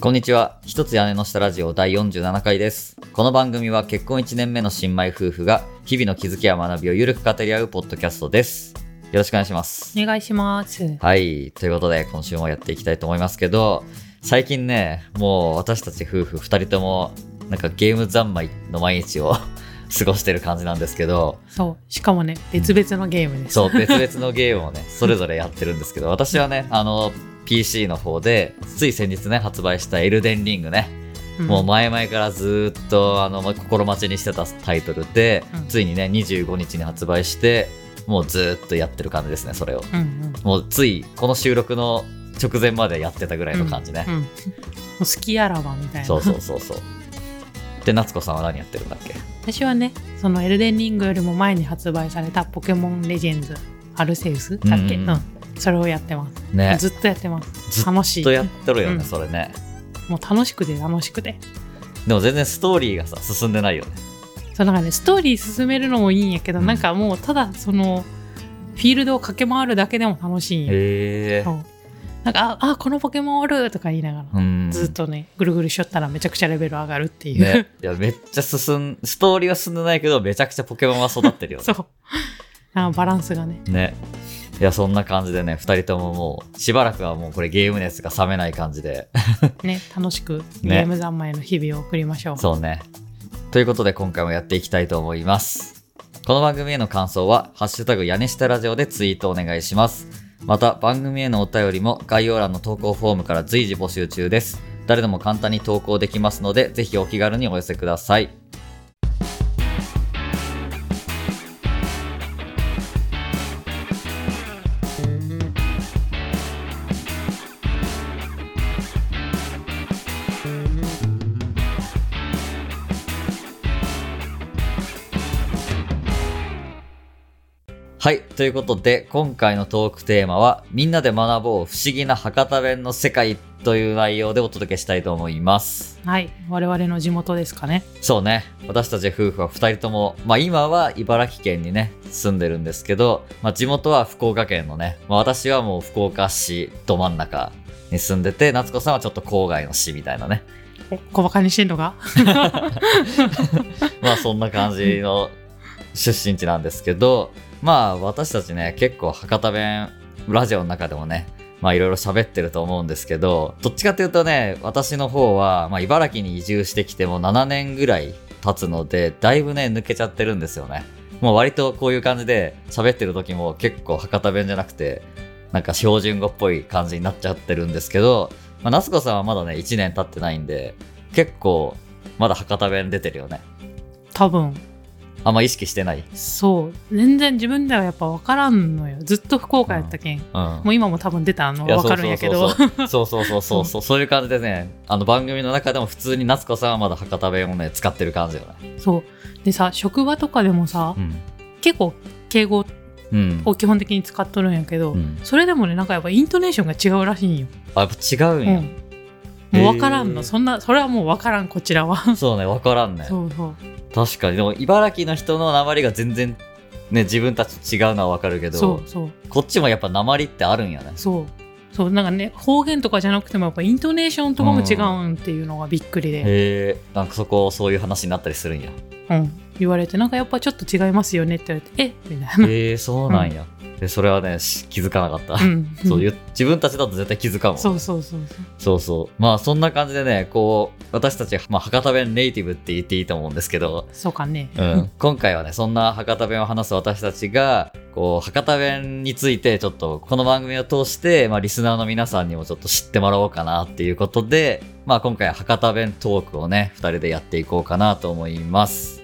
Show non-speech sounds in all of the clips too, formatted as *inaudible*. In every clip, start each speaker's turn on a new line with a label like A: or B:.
A: こんにちは。一つ屋根の下ラジオ第47回です。この番組は結婚1年目の新米夫婦が日々の気づきや学びをゆるく語り合うポッドキャストです。よろしくお願いします。
B: お願いします。
A: はい。ということで、今週もやっていきたいと思いますけど、最近ね、もう私たち夫婦二人とも、なんかゲーム三昧の毎日を *laughs* 過ごしてる感じなんですけど、
B: そう。しかもね、別々のゲームです。
A: そう、別々のゲームをね、それぞれやってるんですけど、私はね、あの、PC の方で、つい先日ね、発売したエルデンリングね、
B: うん
A: もう前々からずーっとあのま心待ちにしてたタイトルで、
B: うん
A: ついにね25日に発売してもうずーっとやってる感じですねそれを
B: う
A: *laughs*
B: んうん。
A: もうついこの収録の直前までやってたぐらいの感じね、
B: うん。もう好きあらばみたいな。
A: そうそうそうそうで夏子さんは何やってるんだっけ
B: 私はね、そのエルデンリングよりも前に発売されたポケモンレジェンズ、アルセウスだっけ、
A: う
B: うんん、
A: うん
B: それをやってます。
A: ねず
B: ずっとやってます。
A: っ
B: 楽しい。
A: とやっとるよね、
B: うん
A: それね
B: もう楽しくて楽しくて。
A: でも全然ストーリーがさ進んでないよね
B: そうなんかね、ストーリー進めるのもいいんやけど、
A: うん
B: なんかもうただその、フィールドを駆け回るだけでも楽しいんや。
A: へえ
B: そうなんか、あ、あこのポケモンおるとか言いながら。
A: うん
B: ずっとね、ぐるぐるしよったらめちゃくちゃレベル上がるっていう。
A: ね、いやめっちゃ進んストーリーは進んでないけどめちゃくちゃポケモンは育ってるよね
B: *laughs* そう。あバランスがね。
A: ね。いや、そんな感じでね、二人とももう、しばらくはもうこれゲーム熱が冷めない感じで。
B: ね、楽しくゲ
A: ね
B: ーム三昧の日々を送りましょう。
A: そうね。ということで今回もやっていきたいと思います。この番組への感想は、ハッシュタグ屋根下ラジオでツイートお願いします。また、番組へのお便りも概要欄の投稿フォームから随時募集中です。誰でも簡単に投稿できますので、ぜひお気軽にお寄せください。はい。ということで、今回のトークテーマは、みんなで学ぼう不思議な博多弁の世界という内容でお届けしたいと思います。
B: はい。我々の地元ですかね。
A: そうね私たち夫婦は2人とも、まあ、今は茨城県にね住んでるんですけど、まあ、地元は福岡県のね、まあ、私はもう福岡市ど真ん中に住んでて夏子さんはちょっと郊外の市みたいなね
B: お小バカにしてんのが
A: *laughs* まあそんな感じの出身地なんですけどまあ私たちね結構博多弁ラジオの中でもねまあいろいろ喋ってると思うんですけどどっちかというとね私の方は、まあ、茨城に移住してきても7年ぐらい経つのでだいぶね抜けちゃってるんですよねもう割とこういう感じで喋ってる時も結構博多弁じゃなくてなんか標準語っぽい感じになっちゃってるんですけど、まあ、夏子さんはまだね1年経ってないんで結構まだ博多弁出てるよね
B: 多分、
A: あんま意識してない。
B: そう。全然自分ではやっぱ分からんのよ。ずっと福岡やったけん。
A: うん。
B: もう今も多分出たの
A: いや
B: 分かるんやけど。
A: そうそうそうそうそうそう
B: *laughs*
A: そうそういう感じでねあの番組の中でも普通に夏子さんはまだ博多弁をね使ってる感じよね
B: そう。でさ、職場とかでもさ、
A: うん
B: 結構敬語
A: うん、
B: を基本的に使っとるんやけど、
A: うん
B: それでもね、なんかやっぱイントネーションが違うらしいんよ。
A: あやっぱ違うんや、
B: うん、もう分からんの、
A: へー
B: そんなそれはもう分からんこちらは
A: そうね分からんね
B: *laughs* そうそう
A: 確かにでも茨城の人の鉛が全然ね自分たちと違うのは分かるけ
B: そ
A: ど
B: うそう
A: こっちもやっぱ鉛ってあるんやね
B: そうそうなんかね方言とかじゃなくてもやっぱイントネーションとかも違うんっていうのがびっくりで、
A: へえんかそこそういう話になったりするんや
B: うん、言われてなんかやっぱちょっと違いますよねって言われてえみたい
A: へえそうなんや、でそれはねし気づかなかった、
B: な、 *laughs* うん、
A: そういう自分たちだと絶対気づかんもん
B: そうそうそうそう
A: そうそう。まあそんな感じでね、こう、私たち、まあ、博多弁ネイティブって言っていいと思うんですけど、
B: そうかね
A: *laughs* うん、今回はね、そんな博多弁を話す私たちが、こう、博多弁について、ちょっと、この番組を通して、まあリスナーの皆さんにもちょっと知ってもらおうかなっていうことで、まあ今回は博多弁トークをね、二人でやっていこうかなと思います。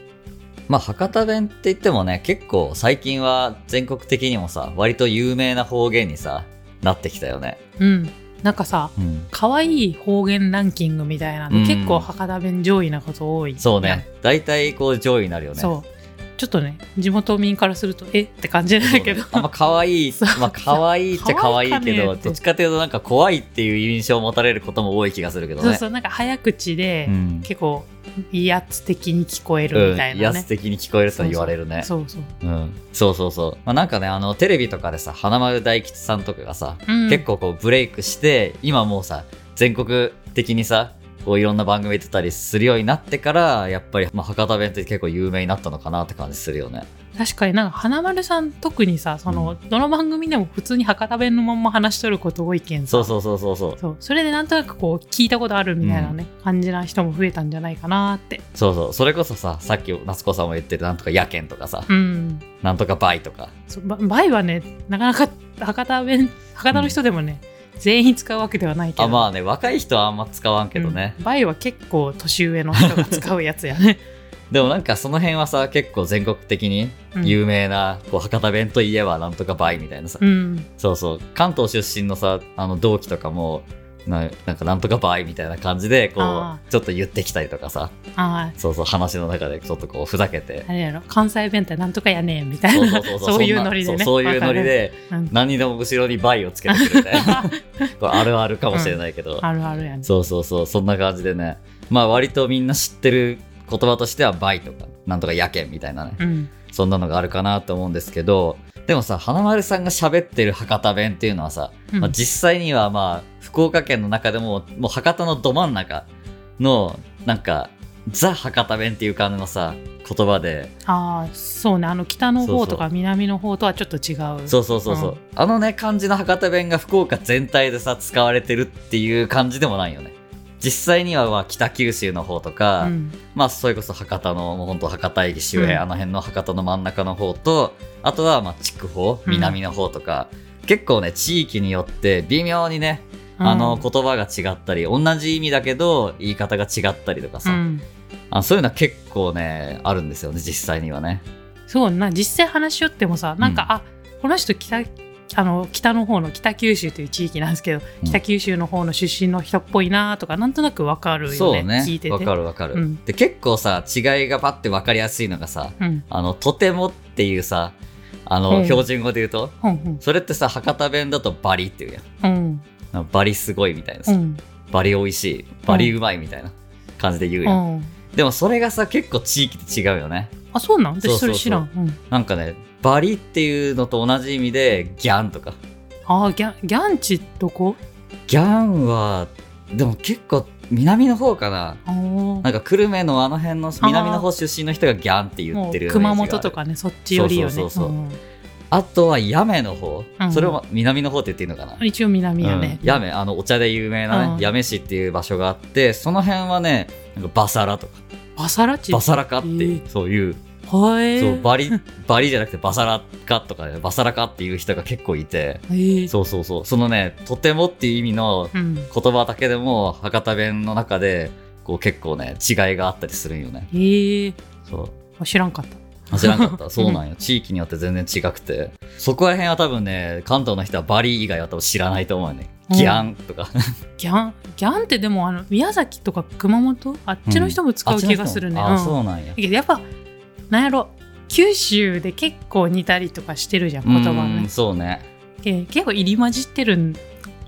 A: まあ博多弁って言ってもね、結構最近は全国的にもさ、割と有名な方言にさ、なってきたよね。
B: うんなんかさ
A: うん。
B: 可愛い方言ランキングみたいなの、
A: うん
B: 結構博多弁上位なこと多い
A: そうね。大体こう上位になるよね。
B: そうちょっとね地元民からするとえって感じなんだけど
A: あんま可愛い
B: そう、
A: まあ可愛いっちゃ可愛いけ
B: 可愛いかね
A: ど、
B: って
A: どっちかというとなんか怖いっていう印象を持たれることも多い気がするけどね。
B: そうそうなんか早口で、
A: うん。
B: 結構威圧的に聞こえ
A: う
B: るみた
A: ん、
B: い
A: 威
B: な
A: 圧
B: ね、
A: 的に聞こえると言われるね。
B: そうそう、
A: うんそうそうそう。まあなんかね、あの、テレビとかでさ、花丸大吉さんとかがさ、
B: うん
A: 結構こうブレイクして、今もうさ、全国的にさこういろんな番組出たりするようになってからやっぱり、まあ、博多弁って結構有名になったのかなって感じするよね
B: 確かになんか花丸さん特にさその、どの番組でも普通に博多弁のまんま話しとること多いけんさ
A: そうそうそうそうそう
B: そうそれでなんとなくこう聞いたことあるみたいなね、感じな人も増えたんじゃないかなって
A: そうそうそれこそささっき夏子さんも言ってるなんとかやけんとかさ、
B: うん
A: なんとかバイとか
B: そうばバイはねなかなか博多弁博多の人でもね、全員使うわけではないけど
A: あまあね若い人はあんま使わんけどね、
B: うんバイは結構年上の人が使うやつ
A: *laughs*
B: やね、
A: でもなんかその辺はさ結構全国的に
B: うん
A: 有名な、こう博多弁といえばなんとかバイみたいなさ、
B: うん、
A: そうそう関東出身のさあの同期とかもななんかなんとかバイみたいな感じでこ
B: あ
A: うちょっと言ってきたりとかさ
B: ああ
A: そうそう話の中でちょっとこうふざけて
B: *laughs* あれやろ関西弁ってなんとかやねんみたいなそういうノリでね
A: そうそういうノリで
B: わかるうん
A: 何でも後ろにバイをつけてくるみ
B: *laughs*
A: たいなこれあるあるかもしれないけど、
B: あるあるやね
A: そうそうそうそんな感じでねまあ割とみんな知ってる言葉としてはバイとかなんとかやけんみたいなね、
B: うん
A: そんなのがあるかなと思うんですけどでもさ花丸さんが喋ってる博多弁っていうのはさ、
B: うん
A: まあ、実際にはまあ福岡県の中でももう博多のど真ん中のなんかザ博多弁っていう感じのさ言葉で
B: ああそうねあの北の
A: そうそ
B: 方
A: う
B: とか南の方とはちょっと違う
A: そうそうそうそう、
B: うん
A: あのね感じの博多弁が福岡全体でさ使われてるっていう感じでもないよね実際にはまあ北九州の方とか、
B: うん
A: まあそれこそ博多のもうほんと博多駅周辺、
B: うん
A: あの辺の博多の真ん中の方とあとはまあ筑豊
B: うん
A: 南の方とか、結構ね地域によって微妙にね、あの言葉が違ったり同じ意味だけど言い方が違ったりとか
B: う
A: さ、
B: ん、
A: あそういうのは結構ねあるんですよね実際にはね
B: そうな実際話しよってもさなんか、
A: う
B: あこの人北あの北の方の北九州という地域なんですけど、北九州の方の出身の人っぽいなとかなんとなくわかる
A: そ
B: よ
A: う
B: ね
A: ね
B: 聞いてて
A: わかるわかる、
B: うん
A: で結構さ違いがパッてわかりやすいのがさ
B: うん
A: あのとてもっていうさあ
B: う
A: の
B: ん
A: 標準語で言うと、
B: ほんほん
A: それってさ博多弁だとバリっていうやん
B: うん
A: なんかバリすごいみたいな
B: う
A: さ、
B: ん
A: バリ美味しいバリうまいみたいな感じで言うやん、
B: うん
A: でもそれがさ結構地域で違うよね
B: あそうなん私そ
A: そうそうそ
B: れ
A: う
B: 知らんうん
A: なんかねバリっていうのと同じ意味でギャンとか
B: あーギャンギャンチどこ
A: ギャンはでも結構南の方かな
B: あー
A: なんか久留米のあの辺の南の方出身の人がギャンって言
B: も
A: ってる
B: う
A: ようなイメ
B: 熊
A: ージが
B: 本
A: ある
B: とかねそっちよりよね
A: そうそうそうそうんあとは八女の方、
B: うん
A: それを南の方って言っていいのかな、
B: 一応南よね、
A: うん、八女あのお茶で有名な
B: うん
A: ね八女市っていう場所があってその辺はねなんかバサラとか
B: バサラチ
A: バサラカっていう、
B: え
A: そういう
B: はえ
A: そうバリバリじゃなくてバサラカとかねバサラカっていう人が結構いて
B: えー
A: そうそうそうそのねとてもっていう意味の
B: うん
A: 言葉だけでも博多弁の中でこう結構ね違いがあったりするんよね
B: えー
A: そう
B: あ知らんかった
A: あ知らなかっ
B: *laughs*
A: たそうなんよ地域によって全然違くてそこら辺は多分ね関東の人はバリ以外は多分知らないと思うよね
B: うん
A: ギャンとか
B: ギャンギャンってでもあの宮崎とか熊本あっちの人も使う気がするね、
A: あ
B: うん
A: そうなんや
B: だけどやっぱなんやろ九州で結構似たりとかしてるじゃん言葉が
A: う
B: ね
A: んそうね
B: け結構入り混じってるん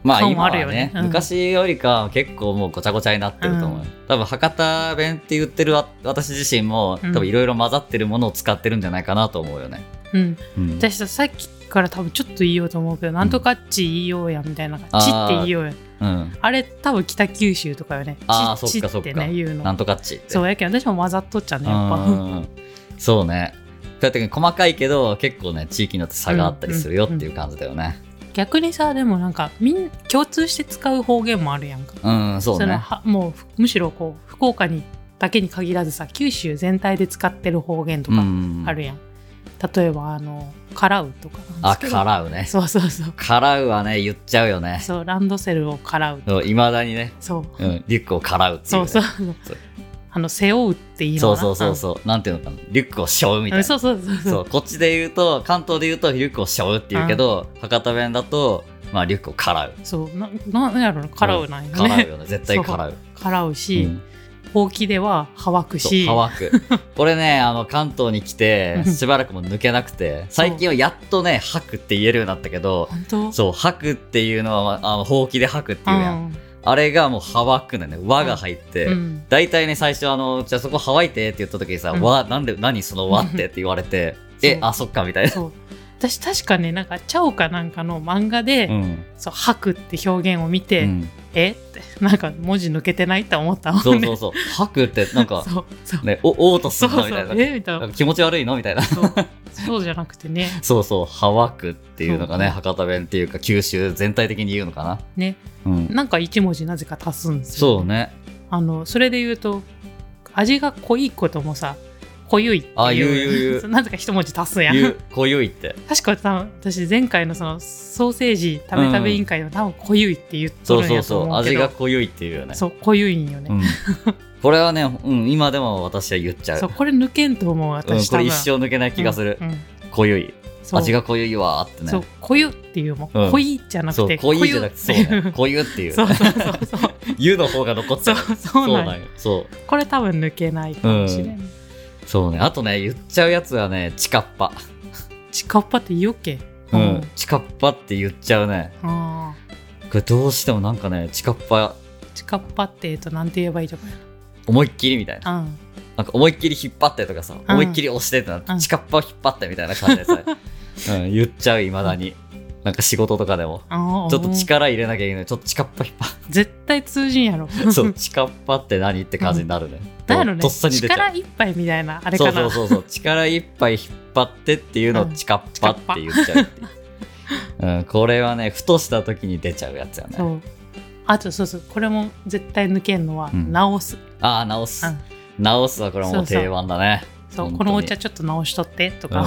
A: まあ
B: 感
A: 今
B: は
A: は
B: あ
A: ね
B: るよねうん
A: 昔よりかは結構もうごちゃごちゃになってると思う、
B: うん
A: 多分博多弁って言ってるわ私自身も
B: うん
A: 多分いろいろ混ざってるものを使ってるんじゃないかなと思うよね、
B: うん
A: うん
B: 私ささっきから多分ちょっと言いようと思うけど、なんとかっち言いようやみたいな「ち」って言いようや
A: うん
B: あれ多分北九州とかよね「
A: あー
B: ち」
A: そっ
B: ち
A: かそ
B: っ
A: っか
B: てね言う
A: な
B: の
A: んとかっちって
B: そうやけど私も混ざっとっちゃうねやっ
A: う
B: ぱ
A: んうんうんそうねそうやって細かいけど結構ね地域によって差があったりするよっていう感じだよね
B: 逆にさでもなんかみん共通して使う方言もあるやんか
A: うん、そう
B: の
A: ね
B: はもうふむしろこう福岡にだけに限らずさ九州全体で使ってる方言とか
A: うん
B: あるやん、例えばあの「からう」とかなん
A: あ
B: ですけど
A: からうね
B: *laughs* そうそう
A: *laughs*
B: そう
A: からうはね言っちゃうよね
B: そうランドセルをからう
A: いまだにね、
B: そう
A: うん、リュックをからうっていう
B: そ
A: ね、
B: うそう
A: そう
B: あの背負うっていい
A: そ
B: の
A: う
B: かな
A: そうそうそうなんていうのかなリュックを背負うみたい
B: うん
A: な
B: そうそう *laughs* そうそう
A: そうこっちで言うと関東で言うとリュックを背負うって言うけど、博多弁だと、まあ、リュックをからう
B: そうななんやろなからうなんよ
A: からう
B: ね
A: よね絶対からう
B: からう
A: う
B: し、
A: ん
B: ほうきでははわく
A: そう
B: し
A: ハワく
B: *laughs*
A: これねあの関東に来て
B: うん
A: しばらくも抜けなくて最近はやっとね「吐く」って言えるようになったけど
B: 本当
A: そう「吐く」っていうのはあのほうきで吐くっていうやん、
B: ん
A: あれがもう「ハワく」だね「わ」が入って、
B: うん
A: 大体ね最初あの「じゃあそこハワイて」って言った時にさ「
B: うん
A: わ」なんで何その「わ」ってって言われて「え
B: そう
A: あそっか」みたいな。
B: そう私確かねなんかチャオかなんかの漫画で、
A: うん
B: そう「吐く」って表現を見て、
A: うん
B: えってなんか文字抜けてないって思ったもんね
A: そうそう
B: *laughs*
A: そう「吐く」ってなんか
B: そうそう
A: ねおおーっとす
B: そう
A: るな
B: そ
A: みた
B: う
A: いな
B: えみたい
A: なん
B: な
A: か気持ち悪いのみたい
B: *laughs*
A: な
B: そうそうじゃなくてね
A: そうそう「はわく」っていうのがね
B: そう
A: 博多弁っていうか九州全体的に言うのかな
B: ね
A: うん
B: なんか一文字なぜか足すんですよ
A: そうね
B: あのそれで言うと味が濃いこともさ濃ゆいって
A: あ言う
B: い
A: 言う
B: う *laughs* なぜか一文字足すや
A: 言
B: ん
A: うこういうい
B: *laughs*
A: って
B: 確か多分私前回のそのソーセージ食べ食べ委員会でも多分濃ゆいって言っと
A: そう
B: るん
A: そう
B: やと
A: そう
B: 思うけ
A: 味
B: ど
A: が濃ゆいっていうよね
B: そう濃ゆいんよね、
A: うん、これはね、うん、今でも私は言っちゃう
B: そうこれ抜けんと思う
A: うん、
B: 私、
A: こ
B: 多
A: れ
B: 分
A: 一生抜けない気がする、
B: うんうん
A: 濃ゆい
B: そう
A: 味が濃ゆいわーってね
B: そう濃ゆっていうも、
A: うん
B: 濃いじゃな
A: そ
B: く
A: う
B: て
A: 濃ゆいじゃなくてそう、
B: ってい
A: ね
B: *laughs* う、
A: 濃ゆっていう、
B: そう
A: ね、
B: そうそうそう
A: ゆの方が残っちゃう
B: そうそうなんや
A: よそ
B: これ多分抜けないかもしれん、
A: うそうねあとね言っちゃうやつはねチカッパ
B: ちかっぱって言おっけ
A: うん、
B: うん
A: チカッパって言っちゃうね
B: あ
A: これどうしてもなんかねチカッパ
B: ーちかっぱってえっとなんて言えばいいとか
A: 思いっきりみたいな
B: なうん
A: なんか思いっきり引っ張ってとかさ、
B: ん
A: 思いっきり押してってなって、
B: うん
A: チカッパを引っ張ってみたいな感じで
B: *laughs*
A: さ、うん、言っちゃういまだになんか仕事とかでも
B: あー
A: ちょっと力入れなきゃいけないちょっとチカッパ引っ張
B: 絶対通じんやろ
A: そう、チカッパって何って感じになるね。
B: だろね
A: とっさに出ちゃ
B: 力
A: う。
B: いっぱいみたいなあれか
A: そう
B: な
A: そうそうそう、力いっぱい引っ張ってっていうのを
B: うん
A: チカッパって言っちゃうっていう。うん、これはね、ふとした時に出ちゃうやつよね。
B: そうあとそうそうこれも絶対抜けんのは
A: うん
B: 直す、
A: ああ、直す
B: うん。
A: 直すはこれはもう
B: そうそう
A: 定番だね。
B: そう
A: 本当に
B: このお茶ちょっと直しとってとか、
A: うん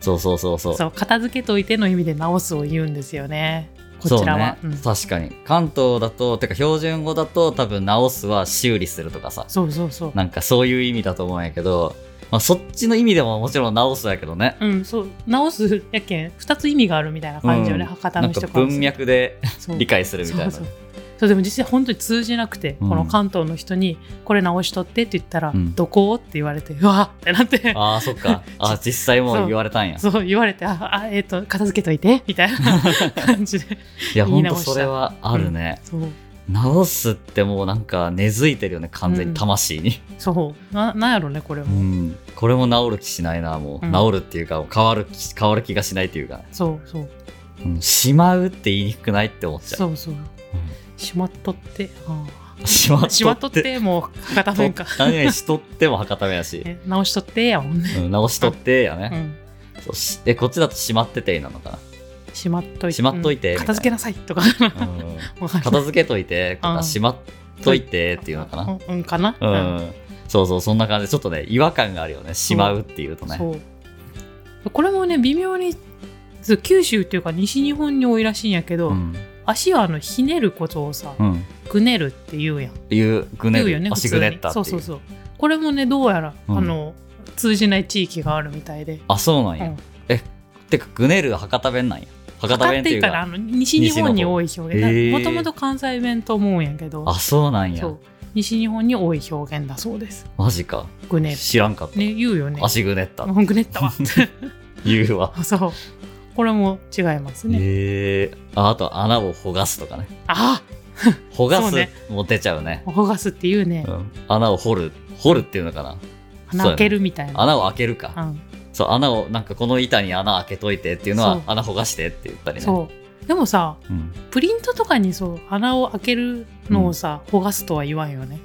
A: そうそうそうそう。
B: そう片付けといての意味で直すを言うんですよねこ
A: そう
B: ちらは
A: ね
B: そう,、ん、
A: 確かに関東だとてか標準語だと多分直すは修理するとかさ
B: そうそうそう
A: なんかそういう意味だと思うんやけど、まあ、そっちの意味でももちろん直すやけどね
B: うんそう直すやけん2つ意味があるみたいな感じよね、
A: うん
B: 博多
A: な
B: の
A: ん
B: 人
A: か
B: からする
A: 文脈で
B: そう
A: 理解するみたいな
B: そうそうそうでも実際本当に通じなくて、
A: うん
B: この関東の人に「これ直しとって」って言ったら「
A: うん
B: どこ?」って言われて「うわ!」ってなって
A: ああそっか
B: *laughs*
A: あ実際も
B: そう
A: う言われたんや
B: そう言われて「ああえっ、と片付けといて」みたい
A: *laughs*
B: な感じで
A: いや
B: 言
A: ほ
B: い
A: んと
B: 直した
A: それはあるね、
B: そう
A: 直すってもうなんか根付いてるよね完全
B: う
A: に
B: ん
A: 魂に、
B: そうななんやろねこれ
A: う
B: も、
A: んこれも治る気しないなもう、
B: うん
A: 治るっていうか変わる気変わる気がしないっていうか、
B: そうそう
A: うんしまうって言いにくくないって思っちゃう
B: そうそうしまっとってあ
A: し *laughs* まっとっ
B: ー
A: て
B: しまっとってもう博多
A: *laughs*
B: 文化
A: と何々しとっても博多弁やし、
B: ね直しとってやもんね、
A: うん、直しとってや
B: う
A: ね、
B: ん、
A: そうしえこっちだとしまってて
B: *laughs*
A: なのか
B: しまっといて
A: しまっといて
B: うん
A: みたいな
B: 片付けなさいとか *laughs*
A: な、うん、
B: わかる
A: 片付けといてと
B: う
A: か
B: ん
A: しまっといてっていうのかな、
B: うん、うんかな、
A: うん、そうそうそんな感じでちょっとね違和感があるよねしまうっていうとねう
B: そうこれもね微妙にそう九州っていうか西日本に多いらしいんやけど、
A: ん、
B: 足はあのひねることをさ、
A: うん、
B: ぐねるって言うやん
A: いうぐね
B: 言う
A: る
B: よね普
A: 足
B: 通
A: ぐ
B: に
A: ねったってい
B: そううそうそうこれもねどうやら、
A: うん
B: あの通じない地域があるみたいで
A: あそうなんや、
B: うん
A: えてかぐねるは博多弁なんや博多弁っていう
B: ら
A: か
B: あの西日本に多い表
A: 西
B: 現
A: の
B: も
A: 方
B: ともと関西弁と思うんやけど
A: あそうなんや
B: そう西日本に多い表現だそうです
A: マジか
B: ぐね
A: 知らんかった、
B: るね言うよね
A: 足ぐねった
B: うんぐねったわ
A: *laughs*
B: *laughs*
A: 言うわ
B: そうこれも違いますね、
A: へえああと穴をほがすとかね
B: あ
A: ほが
B: そう
A: す
B: ね
A: も出ちゃうね
B: ほがすっていうね、
A: うん、穴を掘る掘るっていうのかな
B: 穴開けるみたいな。
A: 穴を開けるか、
B: うん
A: そう穴をなんかこの板に穴開けといてっていうの
B: そう
A: は穴ほがしてって言ったりね
B: そうでもさ
A: うん
B: プリントとかにそう穴を開けるのをさ、ほがすとは言わんよね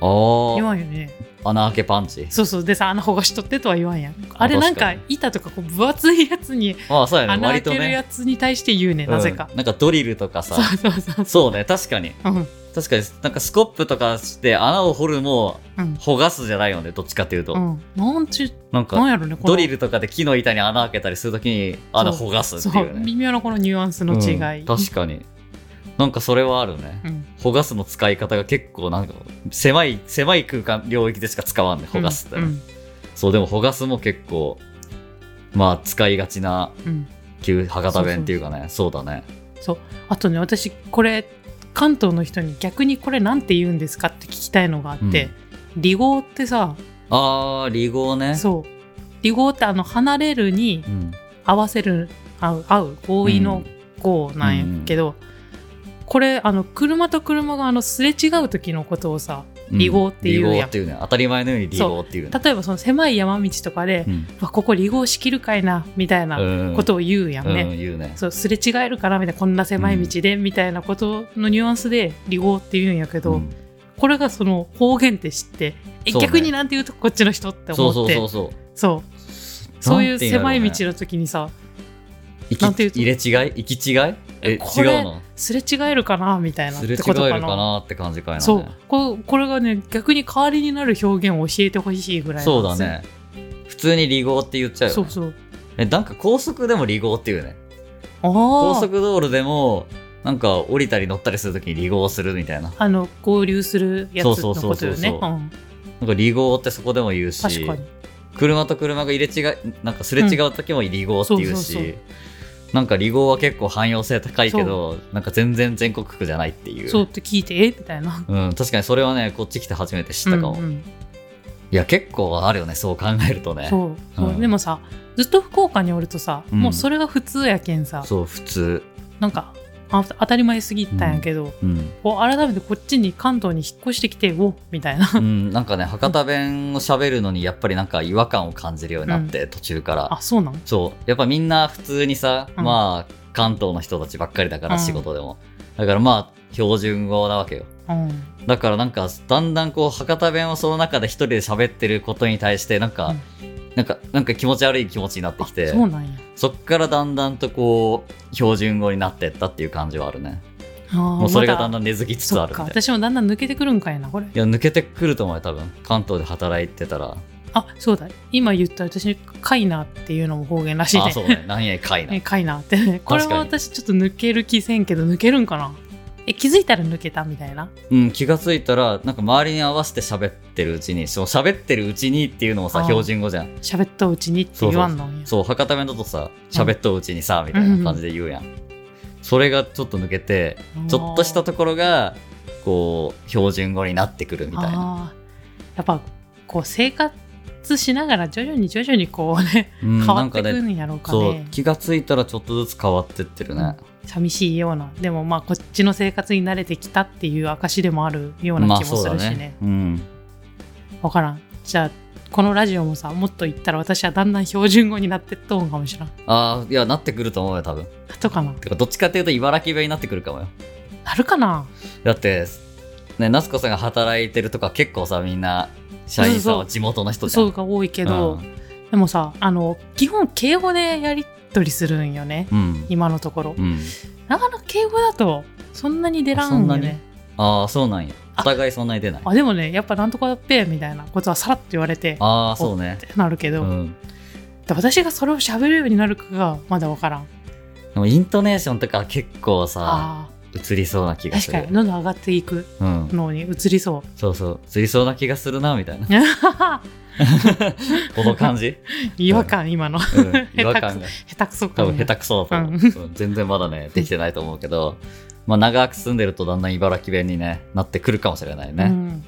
A: あー
B: 言わんよね
A: 穴開けパンチ。
B: そうそうでさ穴ほがしとってとは言わんやんあれなんか
A: 確か
B: 板とかこう分厚いやつに
A: まあそうや
B: 穴
A: ね、割
B: 開
A: と
B: ける
A: ね。
B: やつに対して言うね、なぜか
A: うん、なんかドリルとかさ
B: そ。うそうそうそ
A: そうね、確かに。
B: ううん
A: 確かに、なんかスコップとかして穴を掘るも、
B: うん
A: ほがすじゃないよね、どっちかっていうと。
B: うん、なんちゅ
A: なん
B: なん
A: か、
B: やろねこの
A: ドリルとかで木の板に穴開けたりするときに穴ほがすって
B: そ
A: いううね。
B: 微妙なこのニュアンスの違い、
A: うん確かに。なんかそれはあるね。
B: うん
A: ほがすの使い方が結構なんか狭い狭い空間領域でしか使わんねほがすってね、
B: うん
A: そうでもほがすも結構まあ使いがちな
B: うん
A: 旧博多弁っていうかねそうだね
B: あとね私これ関東の人に逆にこれなんて言うんですかって聞きたいのがあって、離合ってさ
A: あー、離合ね。
B: そう離合ってあの離れるに
A: うん。
B: 合わせる合う合う合意の合なんやけど、これあの車と車があのすれ違う時のことをさ
A: うん
B: 離合っていう
A: 離
B: や
A: 合
B: ん
A: っていうね当たり前のように離合っていうね
B: 例えばその狭い山道とかで、
A: うん
B: うわここ離合しきるかいなみたいな
A: うん
B: ことを言うやんね、
A: うん言うね
B: そうすれ違えるからみたいなこんな狭い道で、みたいなことのニュアンスで離合って言うんやけど、
A: うん
B: これがその方言って知って、え
A: そうね
B: 逆になんて言うとこっちの人って思って
A: そ
B: そうう
A: そ
B: そうう
A: そうそう
B: いう狭い道の時にさなん
A: 行
B: て
A: き
B: いうと
A: 入れ違い行き違いえ
B: えこれ
A: 違うの
B: すれ違えるかなみたいなっ
A: すれ違
B: て
A: える
B: ことかな
A: かなって感じかいなね
B: そうここれがね逆に代わりになる表現を教えてほしいぐらい
A: そう
B: な
A: だ
B: んですよ
A: ね普通に離合って言っちゃうよ
B: そ
A: ね
B: うそう
A: えなんか高速でも離合っていうね高
B: ああ
A: 速道路でもなんか降りたり乗ったりするときに離合するみたいな
B: あの合流するやつの
A: そうそうそう
B: こ
A: そ
B: と
A: う
B: よ
A: そ
B: ね
A: う
B: うん
A: なんか離合ってそこでも言うし
B: 確かに
A: 車と車が入れ違いなんかすれ違う時も離合っていうし、
B: うんそうそう
A: なんか離合は結構汎用性高いけどなんか全然全国区じゃないっていう
B: そうって聞いてえみたいな
A: うん、確かにそれはねこっち来て初めて知ったかも、
B: うんうん
A: いや結構あるよねそう考えるとね
B: そうそう
A: うん
B: でもさずっと福岡におるとさ
A: うん
B: もうそれが普通やけんさ
A: そう普通、
B: なんかあ当たり前すぎたんやけど、
A: うん
B: こう改めてこっちに関東に引っ越してきておみたい
A: *laughs*
B: な
A: うん、なんかね博多弁を喋るのにやっぱりなんか違和感を感じるようになって、途中から
B: あそうなん
A: そうやっぱみんな普通にさ、
B: うん
A: まあ関東の人たちばっかりだから、
B: うん
A: 仕事でもだからまあ標準語なわけよ
B: うん
A: だからなんかだんだんこう博多弁をその中で一人で喋ってることに対してなんか、
B: うん
A: なんかなんか気持ち悪い気持ちになってきて
B: あそうなんや
A: そっからだんだんとこう標準語になってったっていう感じはあるねも
B: も
A: うそれがだん
B: ん
A: だん根付きつつ
B: そ
A: あ
B: っ
A: るみた
B: か
A: いな
B: 私もだんだん抜けてくるんかいなこれ
A: いや抜けてくると思うよ多分関東で働いてたら
B: あそうだ今言った私「カイナ」っていうのも方言らしい
A: あ
B: ね
A: そうね何やかいな
B: えカイナってこれは私ちょっと抜ける気せんけど抜けるんかなえ気づいたら抜けたみたいな
A: うん、気がついたらなんか周りに合わせて喋ってるうちにその喋ってるうちにっていうのもさ
B: あー
A: 標準語じゃん
B: 喋っとうちにって言わんのんや
A: そう博多弁だとさ喋っとううちにさ、みたいな感じで言うやん、それがちょっと抜けてちょっとしたところがこう標準語になってくるみたいな、
B: あーやっぱこう生活しながら徐々に徐々にこうね
A: うん、
B: 変わってく
A: なんかね
B: んやろうか
A: そう
B: ね
A: 気がついたらちょっとずつ変わってってるね、
B: 寂しいようなでもまあこっちの生活に慣れてきたっていう証でもあるよう
A: ま
B: な
A: あ
B: 気も
A: そう
B: す
A: だ
B: るしね,、
A: ねうん
B: 分からんじゃあこのラジオもさもっと言ったら私はだんだん標準語になってっとんかもしれん
A: ああいやなってくると思うよ多分
B: とかな
A: てかどっちかっていうと茨城弁になってくるかもよ
B: なるかな
A: だってね夏子さんが働いてるとか結構さみんな社員さんは地元の人じゃん
B: そうが多いけど、
A: うん
B: でもさあの基本敬語でやり取りするんよね
A: うん、
B: 今のところ、
A: うん、
B: なかなか敬語だとそんなに出らん
A: そ
B: よ
A: んなに
B: ね
A: ああそうなんや
B: あ
A: お互いそんなに出ない
B: あでもねやっぱなんとかだっぺみたいなことはさらっと言われてっ
A: ああそうね
B: てなるけ
A: う
B: ど、
A: ん
B: で私がそれを喋るようになるかがまだ分からん
A: でもイントネーションとか結構さ
B: あ
A: 映りそうな気
B: ー
A: がす
B: 確
A: る
B: かにどんどん上がっていく
A: うん、
B: のに移りそう *laughs*
A: そうそう映りそうな気がするなみたいなこの感じ、
B: 違和感今の *laughs*
A: うん、違和感が
B: 下手くそ
A: 多
B: 感
A: 分下手くそだと思う、うん全然まだねできてないと思うけど、まあ、長く住んでるとだんだん茨城弁に、ね、なってくるかもしれないね、
B: うん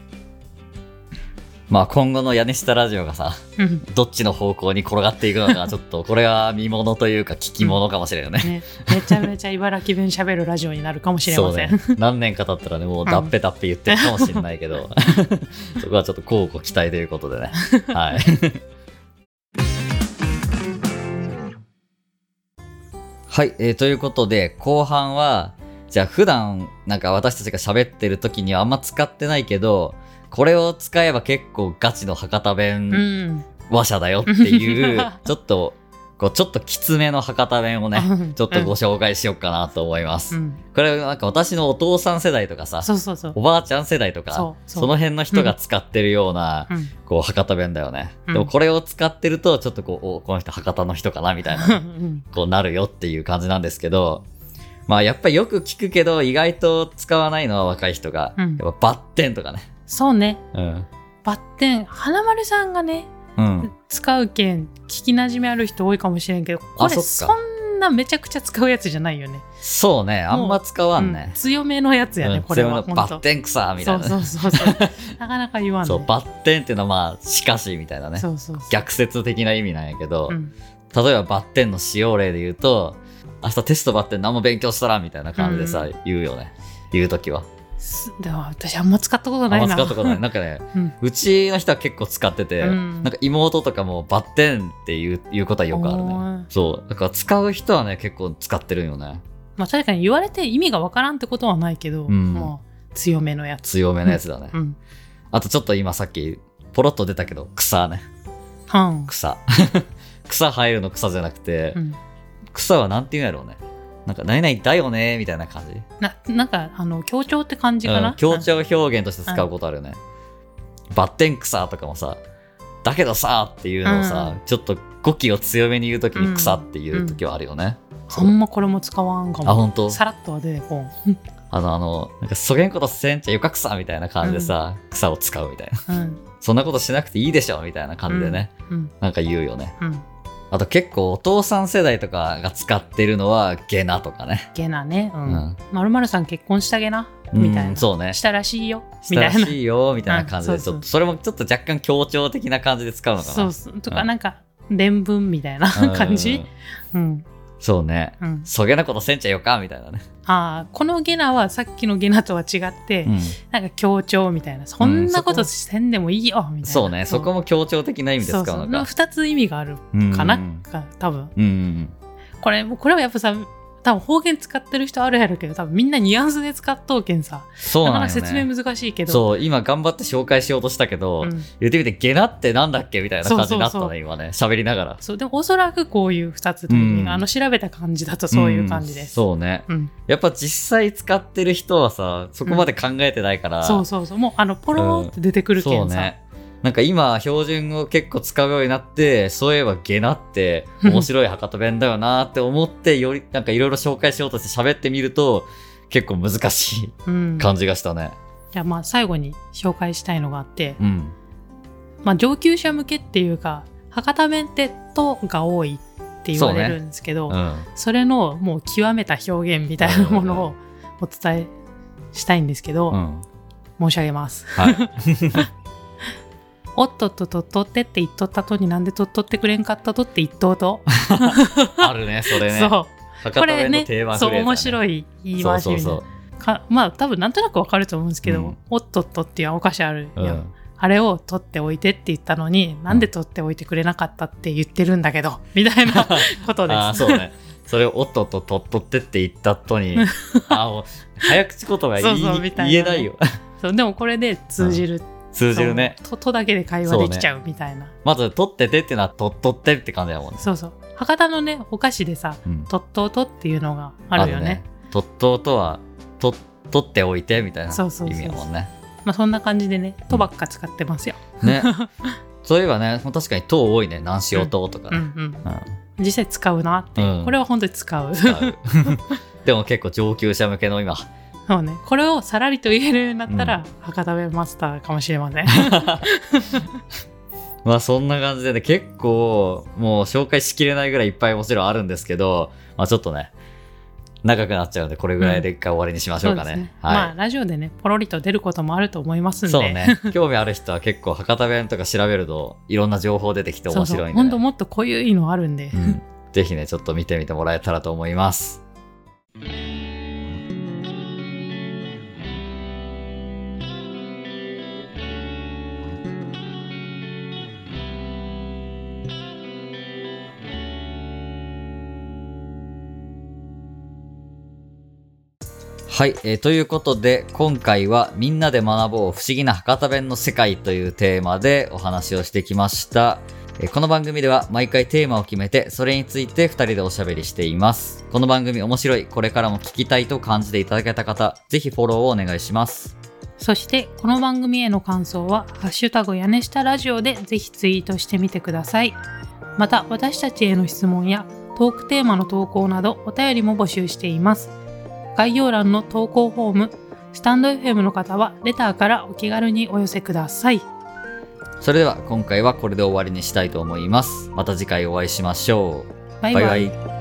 A: まあ今後の屋根下ラジオがさ
B: うん
A: どっちの方向に転がっていくのかちょっとこれは見ものというか聞きものかもしれないね。
B: ね、めちゃめちゃ茨城弁喋るラジオになるかもしれ
A: そ
B: ま
A: う
B: せん、 *laughs*
A: ね、何年か経ったらねもうだっぺだっぺ言ってるかもしれないけど、 *laughs* そこはちょっと交互期待ということで
B: *laughs*
A: ね。はい、 *laughs* はい、えーということで後半はじゃあ普段なんか私たちが喋ってる時にはあんま使ってないけどこれを使えば結構ガチの博多弁
B: うん
A: 話者だよっていう
B: *laughs*
A: ちょっとこうちょっときつめの博多弁をね
B: うん
A: ちょっとご紹介しようかなと思います、
B: うん
A: これなんか私のお父さん世代とかさ
B: そうそうそう
A: おばあちゃん世代とかそ
B: そうそう
A: の辺の人が使ってるような、
B: うん
A: こう博多弁だよね、
B: うん
A: でもこれを使ってるとちょっとこうおこの人博多の人かなみたいな、
B: うん
A: こうなるよっていう感じなんですけどまあやっぱりよく聞くけど意外と使わないのは若い人が、
B: うん
A: やっぱバッテンとかね
B: そうね
A: うん、
B: バッテン花丸さんがね
A: うん、
B: 使う件聞きなじみある人多いかもしれんけどこれ
A: そっか
B: そんなめちゃくちゃ使うやつじゃないよね
A: そうねあんま使わんね、
B: うん強めのやつや
A: う
B: ね、
A: ん
B: これは
A: 強めのバッ
B: 本当
A: テンクさみたいなね
B: そうそうそうそう
A: *laughs*
B: なかなか言わんね
A: そうバッテンっていうのはまあしかしみたいなね
B: そうそうそう
A: 逆説的な意味なんやけど、
B: うん
A: 例えばバッテンの使用例で言うと明日テストバッテン何も勉強したらみたいな感じでさ、
B: う
A: 言うよね言う時は
B: すでも私あんま使ったこと
A: あ
B: なん
A: ま
B: いな。
A: 使ったことない。なんかね、
B: *laughs* うん
A: うちの人は結構使ってて、
B: うん
A: なんか妹とかもバッテンっていういうことはよくある
B: お
A: ね
B: ー。
A: そう。だから使う人はね、結構使ってるよね。
B: まあ確かに言われて意味がわからんってことはないけど、
A: うん
B: もう強めのやつ。
A: 強めのやつだね。
B: うん。
A: あとちょっと今さっき、ポロッと出たけど、草ね。
B: は
A: 草。 *laughs* 草生えるの草じゃなくて、
B: ん。うん。
A: 草はなんて言うんやろうね。なんか、何々だよね、みたいな感じ。
B: ななんかあの強調って感じか
A: う
B: な。
A: ん、強調表現として使うことあるよね。バッテン草とかもさ、だけどさっていうのをさ、ちょっと語気を強めに言うときに草っていう時はあるよね。
B: あんまこれも使わんか
A: あ、
B: も。
A: 本当
B: さらっとは出てこん。
A: あの、あの、なんか、そげんことせんちゃよか草みたいな感じでさ、草を使うみたいな。 *laughs*
B: うん。
A: そんなことしなくていいでしょみたいな感じでね、
B: うん。
A: なんか言うよね。
B: うん。
A: あと結構お父さん世代とかが使ってるのは、ゲナとかね。
B: ゲナね。う。
A: うん
B: まるまるさん結婚したげなみたい
A: うん
B: な。
A: そうね。
B: したらしいよ
A: し
B: み
A: た
B: たい
A: ら
B: な。
A: しいよみたいな感じで、
B: うん
A: ち
B: そ
A: ょ
B: う
A: っ
B: そう
A: と、それもちょっと若干強調的な感じで使うのかな。
B: そうそうとか
A: うん
B: なんか伝聞みたいな
A: うん
B: *laughs* 感じ。うん。
A: そうね。
B: うん。
A: そげなことせんちゃよかみたいなね。
B: ああこのゲナはさっきのゲナとは違って、なんか強調みたいなそんなことせんでもいいよみたいな。
A: そうね。そこ
B: も
A: も強調的な意味で使う
B: そう
A: の
B: そう
A: か。
B: 2つ意味がある
A: うん
B: かな、
A: うん
B: か多分
A: うんうん。
B: これもうこれはやっぱさ多分方言使ってる人あるやろうけど多分みんなニュアンスで使っとうけんさ
A: そう
B: な
A: な
B: か
A: んよ
B: な
A: ね。
B: か説明難しいけど
A: そう、今頑張って紹介しようとしたけど、
B: うん
A: 言ってみて、ゲナってなんだっけみたいな感じになったね、
B: そうそうそう
A: 今ね。喋りながら。
B: そうでもおそらくこういう2つという意味が
A: うん
B: あの調べた感じだとそういう感じです、
A: うんそうね。
B: うん
A: やっぱ実際使ってる人はさ、そこまで考えてないから。
B: そうそうそうもうあのポローって出てくるけ
A: そうん
B: さ、
A: ね。なんか今、標準語結構使うようになって、そういえばゲナ
B: *laughs*
A: って面白い博多弁だよなって思って、より、なんかいろいろ紹介しようとして喋ってみると、結構難し
B: うん
A: い感じがしたね。
B: じゃあまあ最後に紹介したいのがあって、
A: うん。
B: まあ、上級者向けっていうか博多弁って「と」が多いって言われるんですけど
A: う
B: そ,、
A: ん。
B: れのもう極めた表現みたいなものをお伝えしたいんですけど、
A: うん。
B: 申し上げます。 *laughs*
A: はい。
B: おっとっとっとっとってって言っとったとになんでとっとってくれんかったとって言っとうと。
A: あるね、それね。
B: *laughs* そう。
A: 博
B: こ
A: 多
B: れ
A: 弁の
B: ね
A: 定番フ
B: そう
A: レーズだね、
B: 面白い言い回しみたいな
A: そうそう
B: かまあ多分なんとなくわかると思うんですけど、
A: うん
B: おっとっとっていうお菓子ある
A: そう。う
B: やん
A: ん。
B: あれを取っておいてって言ったのに、なんで取っておいてくれなかったって言ってるんだけど、みたいなことです。
A: ああ、そうね。それをおっとっととっとってって言った後
B: *laughs*
A: に、ああ、もう早口言葉は言い
B: そうそうみたいなね
A: 言えないよ。 *laughs*
B: そうでもこれで通じる。
A: 通じるね。
B: そうととだけで会話できちゃうみたいな。
A: まず、取っててってのは、とっとってって感じだもんね。
B: そうそう博多のね、お菓子でさ、
A: うん
B: とっとうとっていうのがあるよね。。
A: とっとうとは、と、取っておいてみたいな意
B: そうそうそう
A: 味やもんね。
B: まあそんな感じでね、とばっか使ってますよ。 *laughs*
A: ね。そういえばね、確かにと多いね。何しようととか
B: うん
A: ね。
B: うん。
A: うん
B: 実際使うなっていう。
A: うん
B: これは本当に使う。
A: 使う *laughs* でも結構上級者向けの今、
B: そうね。これをさらりと言えるようになったら、博多弁マスターかもし
A: *laughs*
B: れません。
A: まあそんな感じでね、結構もう紹介しきれないぐらいいっぱいもちろんあるんですけど、まあちょっとね、長くなっちゃうので、これぐらいで一回終わりにしましょうかね。
B: そうです
A: はい。
B: まあラジオでね、ポロリと出ることもあると思いますんで。
A: そうね。興味ある人は結構博多弁とか調べるといろんな情報出てきて面白いんで、
B: 本
A: ね
B: 当もっとこういうのあるんで、
A: うん、ぜひね、ちょっと見てみてもらえたらと思います。はい、えーということで今回は「みんなで学ぼう不思議な博多弁の世界」というテーマでお話をしてきました。えーこの番組では毎回テーマを決めてそれについて2人でおしゃべりしていますこの番組面白いこれからも聞きたいと感じていただけた方ぜひフォローをお願いします
B: そしてこの番組への感想は「ハッシュタグ屋根下ラジオ」でぜひツイートしてみてくださいまた私たちへの質問やトークテーマの投稿などお便りも募集しています概要欄の投稿フォームスタンド FM の方はレターからお気軽にお寄せください
A: それでは今回はこれで終わりにしたいと思いますまた次回お会いしましょう
B: バイバイ
A: バイバイ